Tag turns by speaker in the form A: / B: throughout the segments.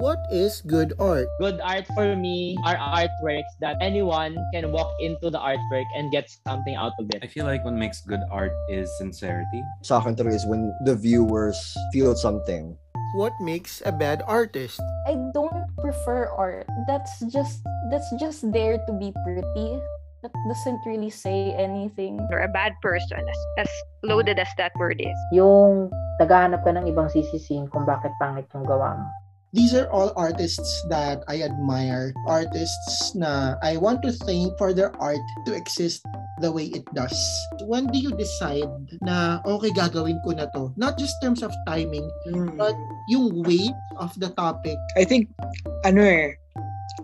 A: What is good art?
B: Good art for me are artworks that anyone can walk into the artwork and get something out of
C: I
B: it.
C: feel like what makes good art is sincerity.
D: Sa akin talaga is when the viewers feel something.
A: What makes a bad artist?
E: I don't prefer art. That's just that's just there to be pretty. That doesn't really say anything.
F: or a bad person, as, as loaded as that word is.
G: Yung naghahanap ka ng ibang sisisiin kung bakit pangit yung gawa mo.
H: These are all artists that I admire. Artists na I want to thank for their art to exist the way it does. When do you decide na okay gagawin ko na to? Not just terms of timing, but yung weight of the topic.
I: Hmm. I think, ano eh,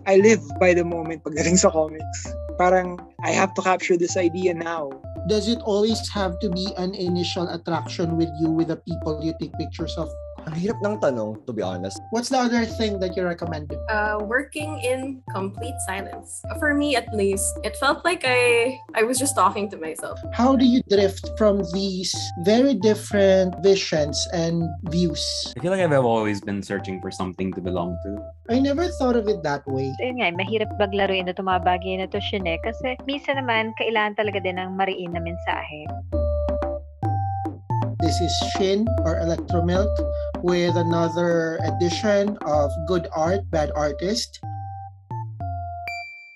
I: I live by the moment pagdating sa comics. Parang, I have to capture this idea now.
H: Does it always have to be an initial attraction with you with the people you take pictures of?
D: Ang hirap ng tanong, to be honest.
H: What's the other thing that you recommend?
J: uh, working in complete silence. For me, at least, it felt like I I was just talking to myself.
H: How do you drift from these very different visions and views?
C: I feel like I've always been searching for something to belong to.
H: I never thought of it that way.
F: So, yun nga, mahirap maglaruin na tumabagay na to siya eh, kasi minsan naman, kailangan talaga din ng mariin na mensahe.
H: This is Shin or Electromilk with another edition of Good Art, Bad Artist.